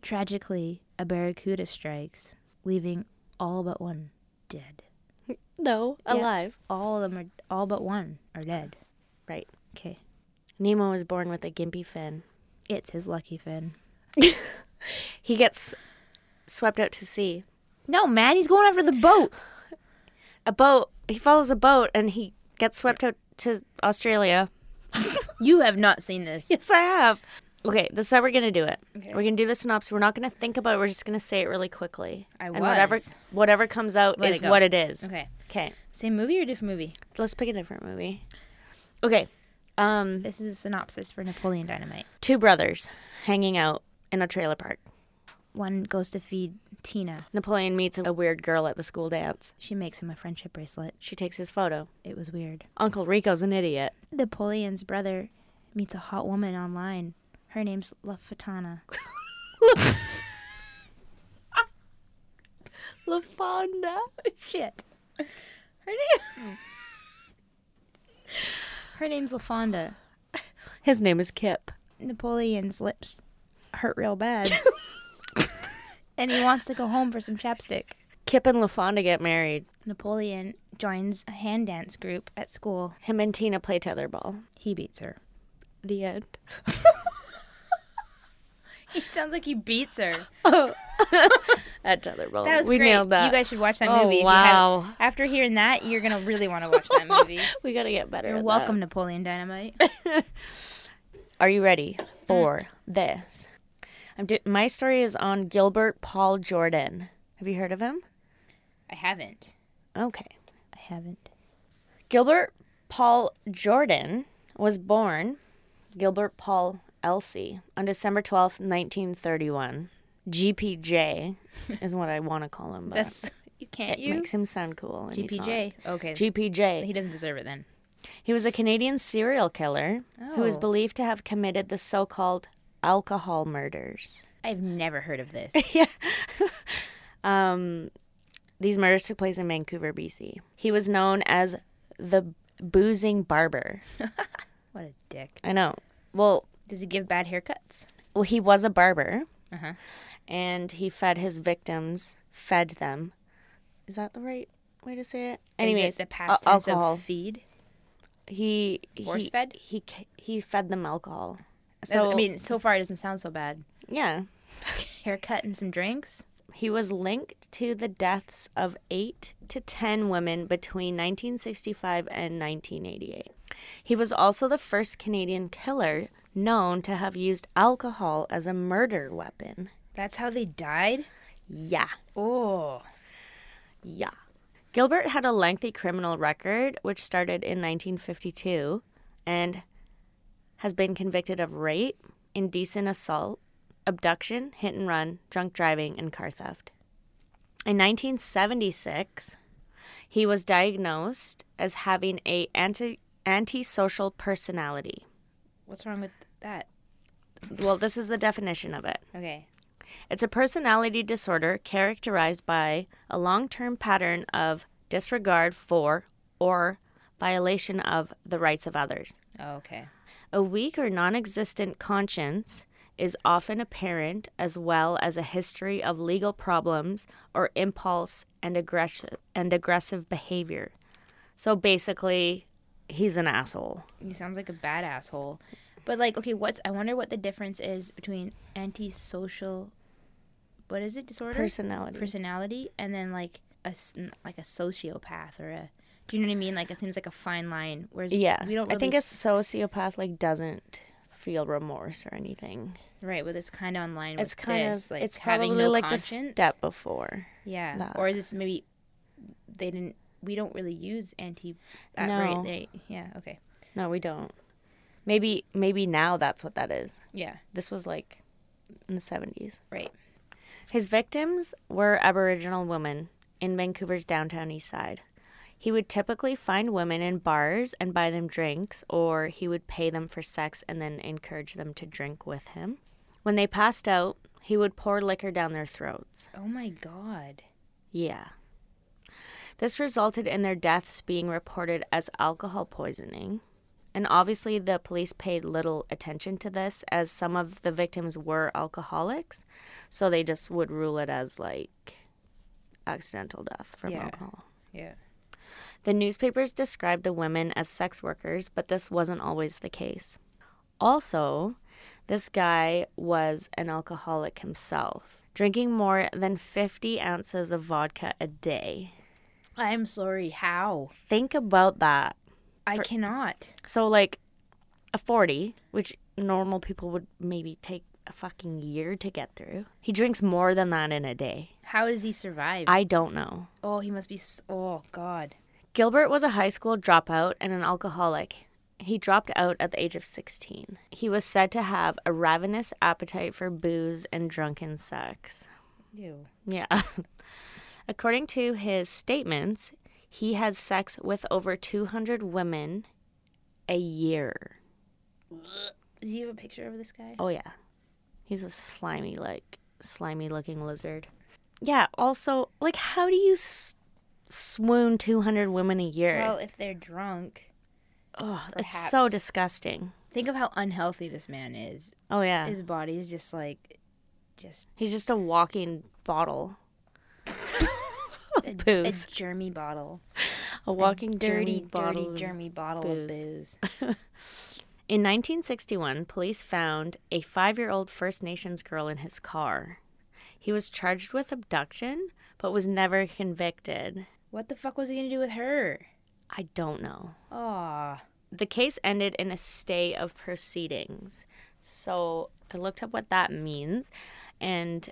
C: tragically, a barracuda strikes, leaving all but one dead.
B: [LAUGHS] no, alive.
C: All of them are all but one are dead.
B: Right.
C: Okay,
B: Nemo is born with a gimpy fin.
C: it's his lucky fin.
B: He gets swept out to sea.
C: No, man, he's going after the boat.
B: A boat. He follows a boat and he gets swept out to Australia.
C: You have not seen
B: [LAUGHS]
C: this.
B: Yes, I have. Okay, this is how we're gonna do it. We're gonna do the synopsis. We're not gonna think about it. We're just gonna say it really quickly.
C: I
B: and whatever
C: was.
B: whatever comes out
C: Let
B: is
C: it go.
B: what it is.
C: Okay,
B: Okay,
C: same movie or different movie?
B: let's pick a different movie. Okay, um,
C: This is a synopsis for Napoleon Dynamite.
B: two brothers hanging out in a trailer park.
C: One goes to feed Tina.
B: Napoleon meets a weird girl at the school dance.
C: She makes him a friendship bracelet.
B: She takes his photo.
C: It was weird.
B: Uncle Rico's an idiot.
C: Napoleon's brother meets a hot woman online. Her name's LaFatana.
B: LaFonda.
C: Shit. Her name. [LAUGHS] Her name's LaFonda.
B: His name is Kip.
C: Napoleon's lips hurt real [LAUGHS] bad, and he wants to go home for some chapstick.
B: Kip and LaFonda get married.
C: Napoleon joins a hand dance group at school.
B: Him and Tina play tetherball.
C: He beats her.
B: The end.
C: It sounds like he beats her.
B: At tetherball.
C: That was
B: we
C: great.
B: nailed that.
C: You guys should watch that
B: Oh,
C: movie. if you
B: wow.
C: haven't. After hearing that, you're gonna really want to watch [LAUGHS] that movie.
B: we gotta get better.
C: You're
B: at
C: welcome,
B: that.
C: Napoleon Dynamite.
B: Are you ready
C: Mm.
B: for this? I'm do- my story is on Gilbert Paul Jordan. Have you heard of him?
C: I haven't.
B: Okay.
C: I haven't.
B: Gilbert Paul Jordan was born Gilbert Paul Elsey on December 12th, 1931. GPJ is what I want to call him, but
C: That's you can't
B: it
C: you.
B: makes him sound cool. And he's not.
C: GPJ. Okay.
B: GPJ.
C: He doesn't deserve it then.
B: He was a Canadian serial killer who is
C: Oh.
B: believed to have committed the so called alcohol murders.
C: I've never heard
B: [LAUGHS]
C: of this.
B: These murders took place in Vancouver, BC. He was known as the boozing barber.
C: what a dick.
B: I know. Well,
C: Does he give bad haircuts?
B: well he was a barber
C: Uh-huh.
B: and he fed his victims fed them is that the right way to say it anyways
C: Is it the past
B: a-
C: tense of
B: alcohol
C: feed.
B: he he,
C: Force-fed?
B: he ca- he fed them alcohol
C: That's-
B: so
C: I mean, so far it doesn't sound so bad.
B: yeah
C: Haircut and some drinks.
B: he was linked to the deaths of 8 to 10 women between 1965 and 1988 he was also the first canadian killer known to have used alcohol as a murder weapon
C: That's how they died.
B: yeah
C: Oh,
B: Yeah. Gilbert had a lengthy criminal record, which started in 1952 and has been convicted of rape, indecent assault, abduction, hit and run, drunk driving, and car theft. In 1976, he was diagnosed as having a anti antisocial personality.
C: what's wrong with that?
B: Well, this is the definition of it.
C: Okay.
B: It's a personality disorder characterized by a long term pattern of disregard for or violation of the rights of others.
C: Oh, okay.
B: A weak or non existent conscience is often apparent, as well as a history of legal problems or impulse and, aggress- and aggressive behavior. So basically, he's an asshole.
C: He sounds like a bad asshole. But like, okay, what's I wonder what the difference is between antisocial, what is it disorder?
B: Personality.
C: personality, and then like a s- like a sociopath or a. Do you know what I mean? Like it seems like a fine line. Whereas
B: yeah.
C: we don't. Really
B: I think a
C: s-
B: sociopath like doesn't feel remorse or anything.
C: right, but it's kind of on line.
B: It's
C: with
B: kind
C: this,
B: of
C: like
B: it's
C: having
B: probably
C: no
B: like the
C: conscience.
B: step before.
C: Yeah,
B: that.
C: or is this maybe they didn't? We don't really use anti. Uh,
B: No.
C: Right, they, yeah. Okay.
B: No, we don't. Maybe maybe now that's what that is.
C: Yeah.
B: This was like in the 70s.
C: Right.
B: His victims were Aboriginal women in Vancouver's downtown east side. He would typically find women in bars and buy them drinks, or he would pay them for sex and then encourage them to drink with him. When they passed out, he would pour liquor down their throats.
C: Oh my god.
B: Yeah. This resulted in their deaths being reported as alcohol poisoning. And obviously, the police paid little attention to this as some of the victims were alcoholics. So they just would rule it as like accidental death from
C: Yeah.
B: alcohol.
C: Yeah.
B: The newspapers described the women as sex workers, but this wasn't always the case. Also, this guy was an alcoholic himself, drinking more than 50 ounces of vodka a day.
C: I'm sorry. How?
B: Think about that.
C: I cannot.
B: So, like, a 40, which normal people would maybe take a fucking year to get through, he drinks more than that in a day.
C: How does he survive?
B: I don't know.
C: oh, he must be. s- Oh god.
B: Gilbert was a high school dropout and an alcoholic. He dropped out at the age of 16. He was said to have a ravenous appetite for booze and drunken sex.
C: Ew.
B: Yeah. [LAUGHS] According to his statements, he had sex with over 200 women a year.
C: Does he have a picture of this guy?
B: Oh, yeah. He's a slimy, like, slimy looking lizard. Yeah, also, like, how do you s- swoon 200 women a year?
C: Well, if they're drunk,
B: Ugh, it's so
C: perhaps.
B: disgusting.
C: think of how unhealthy this man is. Uh,
B: Oh yeah,
C: His body is just like, just [LAUGHS]
B: he's just a walking bottle.
C: a, a
B: Booze.
C: germy bottle,
B: A walking
C: dirty,
B: dirty, bottle.
C: dirty,
B: of-
C: germy bottle of booze.
B: In 1961, police found a five-year-old First Nations girl in his car. He was charged with abduction, but was never convicted.
C: What the fuck was he gonna do with her?
B: I don't know.
C: Aw,
B: The case ended in a stay of proceedings. So I looked up what that means, and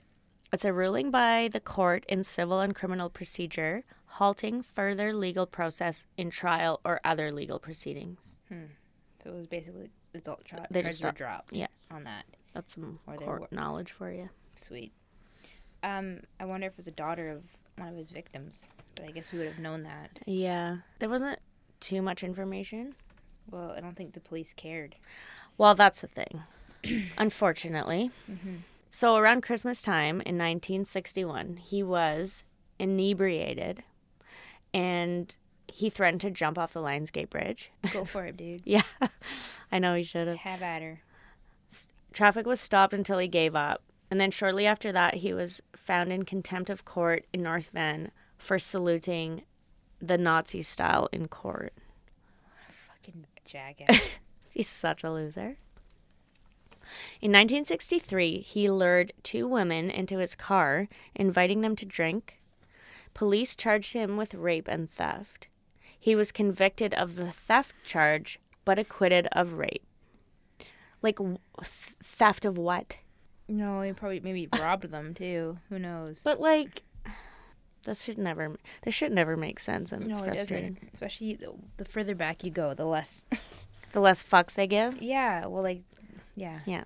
B: it's a ruling by the court in civil and criminal procedure halting further legal process in trial or other legal proceedings.
C: so it was basically adult tra-
B: They
C: charges
B: just
C: were
B: stopped-
C: dropped.
B: yeah.
C: on that.
B: That's some
C: Or they
B: court
C: were-
B: knowledge for you.
C: Sweet. Um, I wonder if it was a daughter of one of his victims, but I guess we would have known that.
B: Yeah. There wasn't too much information.
C: Well, I don't think the
B: [LAUGHS]
C: police cared.
B: Well, that's the thing, [CLEARS THROAT] unfortunately. So, around Christmas time in 1961, he was inebriated and he threatened to jump off the Lionsgate Bridge. [LAUGHS]
C: Go for it, dude.
B: yeah, [LAUGHS] I know he should have.
C: Have at her.
B: Traffic was stopped until he gave up. And then, shortly after that, he was found in contempt of court in North Van for saluting the Nazi style in court.
C: Fucking
B: [LAUGHS]
C: jackass.
B: He's such a loser. In 1963, he lured two women into his car, inviting them to drink. Police charged him with rape and theft. He was convicted of the theft charge, but acquitted of rape. Like, w- th- theft of what?
C: no, he probably maybe robbed them too. Who knows?
B: But, like, this should never, this should never make sense, and it's
C: No, it
B: frustrating.
C: doesn't. Especially the, the further back you go,
B: [LAUGHS]
C: the less.
B: The less fucks they give,
C: yeah, well, like, yeah.
B: Yeah.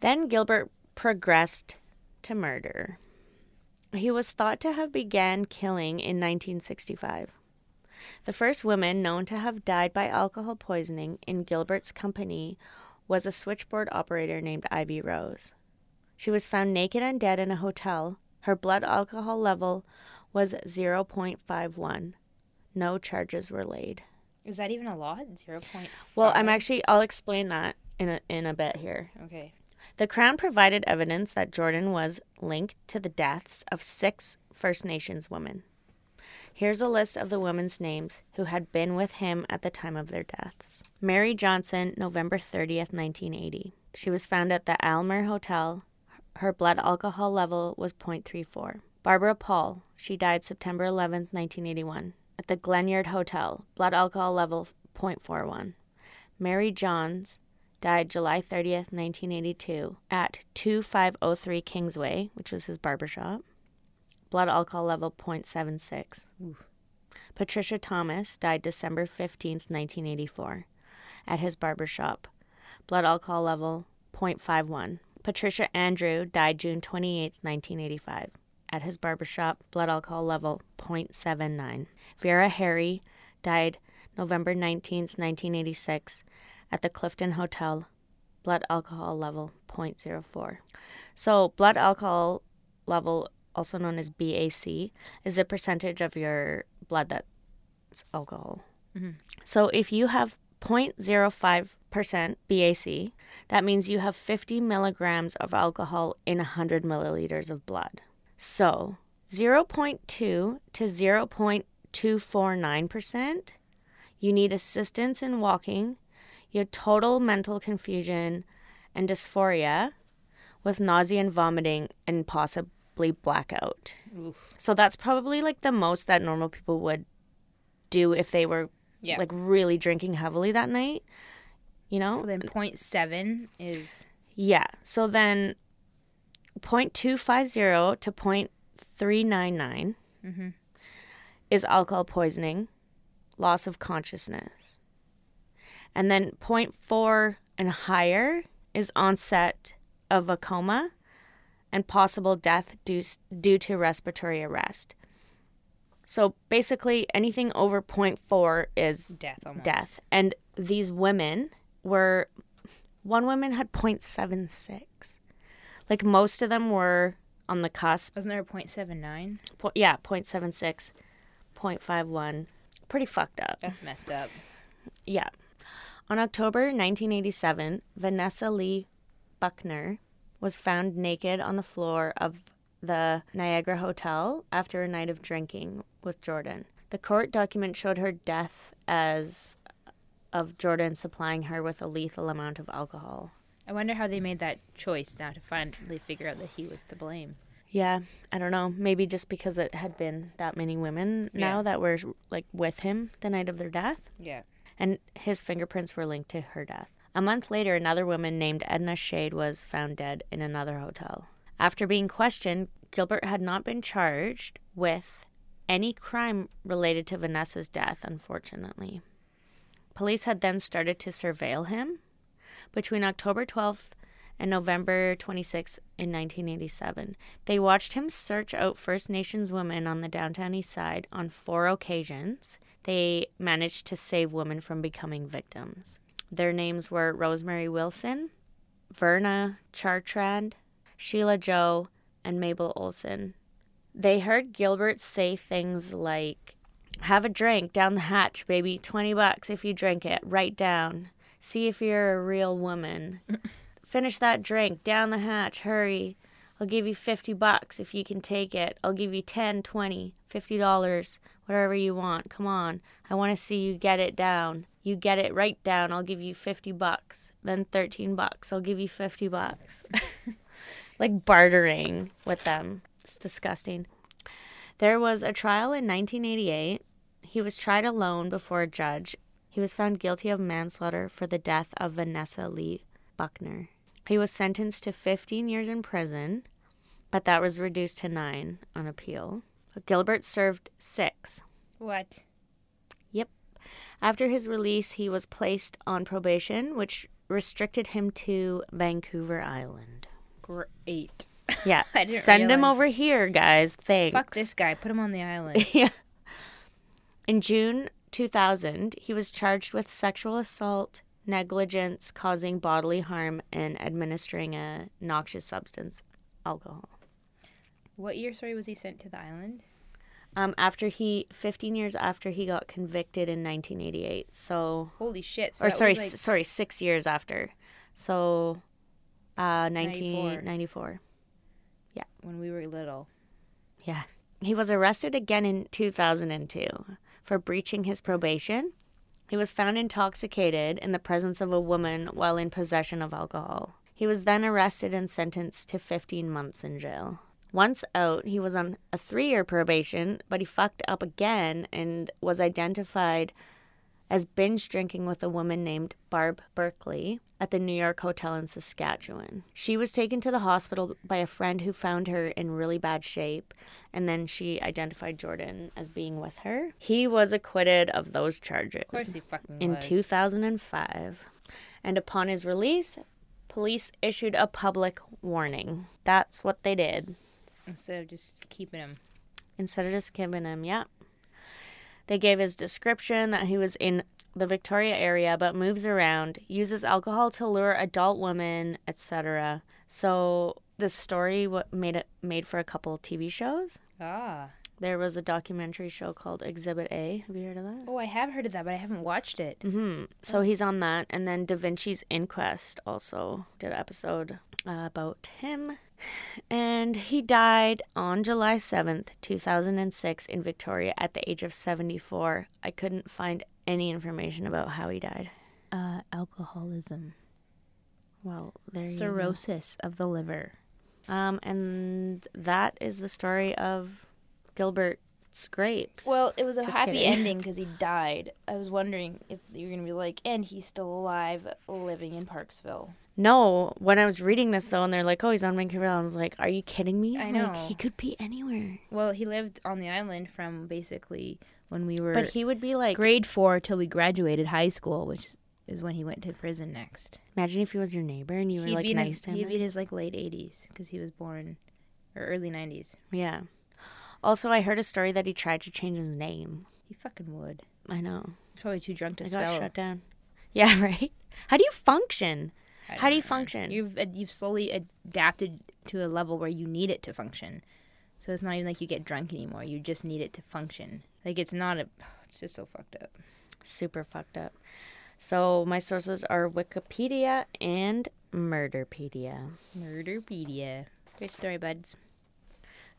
B: Then Gilbert progressed to murder. He was thought to have began killing in 1965. The first woman known to have died by alcohol poisoning in Gilbert's company was a switchboard operator named Ivy Rose. She was found naked and dead in a hotel. Her blood alcohol level was 0.51. No charges were laid.
C: Is that even a lot? Zero point.
B: Well, I'm actually I'll explain that in a, in a bit here.
C: Okay.
B: The Crown provided evidence that Jordan was linked to the deaths of six First Nations women. Here's a list of the women's names who had been with him at the time of their deaths. Mary Johnson, November 30th, 1980. She was found at the Almer Hotel. Her blood alcohol level was 0.34. Barbara Paul, she died September 11th, 1981, at the Glenyard Hotel. Blood alcohol level 0.41. Mary Johns died July 30th, 1982, at 2503 Kingsway, which was his barber shop. Blood alcohol level 0.76. Patricia Thomas died December 15th, 1984, at his barber shop. Blood alcohol level 0.51. Patricia Andrew died June 28th, 1985, at his barber shop. Blood alcohol level 0.79. Vera Harry died November 19th, 1986, at the Clifton Hotel. Blood alcohol level 0.04. So, blood alcohol level, also known as BAC, is a percentage of your blood that's alcohol. So, if you have 0.05% BAC, that means you have 50 milligrams of alcohol in 100 milliliters of blood. So, 0.2 to 0.249%, you need assistance in walking you had total mental confusion and dysphoria with nausea and vomiting and possibly blackout. So that's probably like the most that normal people would do if they were
C: Yeah.
B: like really drinking heavily that night, you know?
C: So then point seven is
B: yeah. So then 0.250 to 0.399 is alcohol poisoning, loss of consciousness. And then 0.4 and higher is onset of a coma and possible death due, due to respiratory arrest. So basically, anything over 0.4 is
C: death almost.
B: death. And these women were, one woman had 0.76. Like most of them were on the cusp.
C: Wasn't there a point seven nine?
B: Po- yeah, 0.76, 0.51. Pretty fucked up.
C: That's messed up.
B: Yeah. On October 1987, Vanessa Lee Buckner was found naked on the floor of the Niagara Hotel after a night of drinking with Jordan. The court document showed her death as of Jordan supplying her with a lethal amount of alcohol.
C: I wonder how they made that choice now to finally figure out that he was to blame.
B: Yeah, I don't know. Maybe just because it had been that many women now
C: Yeah.
B: that were like with him the night of their death.
C: Yeah.
B: and his fingerprints were linked to her death. A month later, another woman named Edna Shade was found dead in another hotel. After being questioned, Gilbert had not been charged with any crime related to Vanessa's death, unfortunately. Police had then started to surveil him. Between October 12th and November 26th in 1987, they watched him search out First Nations women on the downtown east side on four occasions. They managed to save women from becoming victims. Their names were Rosemary Wilson, Verna Chartrand, Sheila Joe, and Mabel Olson. They heard Gilbert say things like, Have a drink down the hatch, baby. 20 bucks if you drink it. Write down. See if you're a real woman. Finish that drink down the hatch. Hurry. I'll give you 50 bucks if you can take it. I'll give you 10, 20, 50 dollars, whatever you want. Come on. I want to see you get it down. You get it right down. I'll give you 50 bucks. Then 13 bucks. I'll give you 50 bucks. [LAUGHS] like bartering with them. It's disgusting. There was a trial in 1988. He was tried alone before a judge. He was found guilty of manslaughter for the death of Vanessa Lee Buckner. He was sentenced to 15 years in prison, but that was reduced to nine on appeal. Gilbert served six.
C: What?
B: Yep. After his release, he was placed on probation, which restricted him to Vancouver
C: [LAUGHS]
B: Island.
C: Great.
B: Yeah,
C: I didn't
B: send him
C: realize.
B: over here, guys. Thanks. [LAUGHS]
C: Fuck this guy. Put him on the [LAUGHS] island.
B: yeah. In June 2000, he was charged with sexual assault, negligence, causing bodily harm, and administering a noxious substance, alcohol.
C: what year, sorry, was he sent to the island?
B: Um, after he, 15 years after he got convicted in 1988, so,
C: Holy shit. So
B: or
C: that
B: sorry,
C: was
B: s-
C: like-
B: sorry, six years after, so, uh,
C: 94.
B: 1994.
C: when we were little.
B: Yeah. He was arrested again in 2002 for breaching his probation. He was found intoxicated in the presence of a woman while in possession of alcohol. He was then arrested and sentenced to 15 months in jail. Once out, he was on a three year probation, but he fucked up again and was identified as binge drinking with a woman named Barb Berkeley at the New York Hotel in Saskatchewan. She was taken to the hospital by a friend who found her in really bad shape, and then she identified Jordan as being with her. He was acquitted of those charges
C: Of course he fucking
B: in
C: was.
B: 2005. And upon his release, police issued a public warning. That's what they did.
C: Instead of just keeping him.
B: Instead of just giving him, yeah. They gave his description that he was in the Victoria area but moves around, uses alcohol to lure adult women, etc. So this story what made it made for a couple TV shows.
C: Ah.
B: There was a documentary show called Exhibit A. Have you heard of that?
C: Oh, I have heard of that, but I haven't watched it.
B: hmm
C: Oh.
B: So he's on that, and then Da Vinci's Inquest also did an episode uh, about him, and he died on July seventh, two thousand and six, in Victoria at the age of seventy-four. I couldn't find any information about how he died.
C: Uh, alcoholism,
B: Well, there you
C: cirrhosis of the liver.
B: go. Um, and that is the story of Gilbert Scrapes.
C: Well, it was a
B: Just
C: happy
B: kidding.
C: ending because he died. I was wondering if you're gonna be like, and he's still alive, living in Parksville.
B: No, when I was reading this though, and they're like, "Oh, he's on Vancouver," Island," I was like, "Are you kidding me?
C: I
B: like,
C: know.
B: he could be anywhere."
C: Well, he lived on the island from basically when we were
B: But he would be like
C: grade four till we graduated high school, which is when he went to prison next.
B: Imagine if he was your neighbor and you were
C: he'd
B: like
C: be in
B: nice
C: his,
B: to him.
C: He'd be in his like late eighties because he was born or early nineties.
B: yeah. Also, I heard a story that he tried to change his name.
C: He fucking would.
B: I know.
C: He's probably too drunk to
B: I got
C: spell.
B: shut down. [LAUGHS] Yeah, right. How do you function?
C: I
B: How do
C: don't
B: you
C: know.
B: function?
C: You've ad- you've slowly adapted to a level where you need it to function. So it's not even like you get drunk anymore. You just need it to function. Like it's not a. [SIGHS] It's just so fucked up.
B: Super fucked up. So my sources are Wikipedia and Murderpedia.
C: Murderpedia. Great story, buds.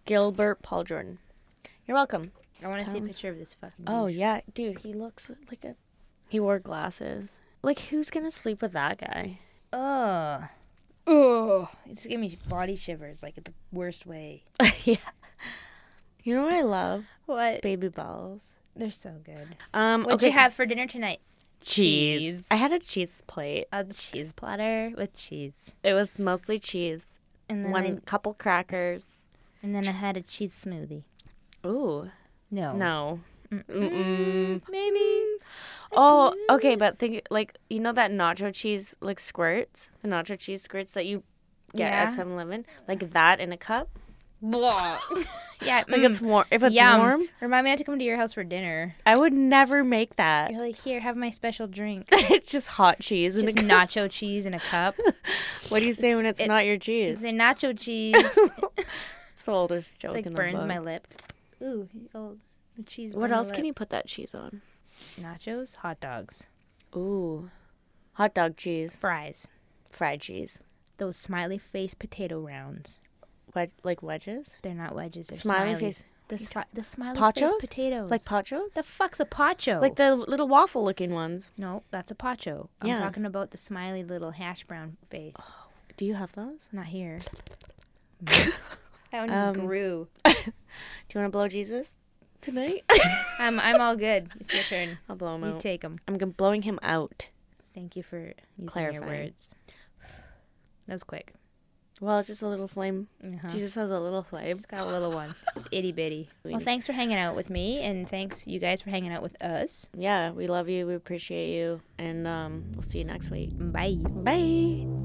B: Gilbert Paul Jordan. You're welcome.
C: I want to see a picture of this fucking.
B: Oh
C: douche.
B: yeah, dude, he looks like a. He wore glasses. Like who's gonna sleep with that guy?
C: Ugh. Ugh. It's giving me body shivers, like the worst way.
B: yeah. You know what I love?
C: What?
B: Baby balls.
C: They're so good.
B: Um.
C: What'd
B: okay.
C: you have for dinner tonight?
B: cheese. I had a cheese plate.
C: A cheese platter with cheese.
B: It was mostly cheese.
C: And then,
B: One
C: I,
B: couple crackers.
C: and then I had a cheese smoothie.
B: Ooh. [LAUGHS]
C: No.
B: No. Mm-mm.
C: Maybe.
B: Oh, okay, but think like you know that nacho cheese like squirts, the nacho cheese squirts that you get
C: Yeah.
B: at 7-Eleven, like that in a cup. [LAUGHS]
C: Blah. yeah. mm,
B: Like it's warm. If it's
C: Yum.
B: warm,
C: Remind me not to come to your house for dinner.
B: I would never make that.
C: You're like, here, have my special drink.
B: [LAUGHS] it's [LAUGHS] just hot cheese in [LAUGHS]
C: Just
B: a cup.
C: nacho cheese in
B: [LAUGHS]
C: a cup.
B: what do you say when it's
C: it-
B: not your
C: It's
B: cheese?
C: a
B: [LAUGHS]
C: nacho cheese. It's
B: It's the oldest joke
C: like
B: in the
C: burns
B: book.
C: my lip. Ooh, oh, the cheese.
B: What else can you put that cheese on?
C: Nachos, hot dogs,
B: Ooh. Hot dog cheese,
C: fries,
B: fried cheese.
C: those smiley face potato rounds.
B: Wed- like wedges?
C: They're not wedges. They're
B: Smiley
C: smileys.
B: face-
C: The, smi- the smiley
B: Pachos?
C: face potatoes.
B: Like pachos?
C: the fuck's a pacho?
B: like the little waffle looking ones.
C: no, that's a pacho.
B: Yeah. Oh.
C: I'm talking about the smiley little hash brown face.
B: Do you have those? [LAUGHS]
C: Not here. that one just
B: Um,
C: grew.
B: Do you want to blow Jesus [LAUGHS] tonight?
C: I'm I'm all good. It's
B: [LAUGHS]
C: your turn.
B: I'll blow him
C: You
B: out.
C: take them.
B: I'm gon- blowing him out.
C: Thank you for using
B: Clarifying.
C: your words. [SIGHS] That was quick.
B: Well, it's just a little flame.
C: Uh-huh.
B: Jesus has a little flame.
C: It's got a little one.
B: [LAUGHS]
C: It's itty bitty. Well, thanks for hanging out with me, and thanks you guys for hanging out with us.
B: Yeah, we love you. We appreciate you. And um, we'll see you next week.
C: Bye.
B: Bye.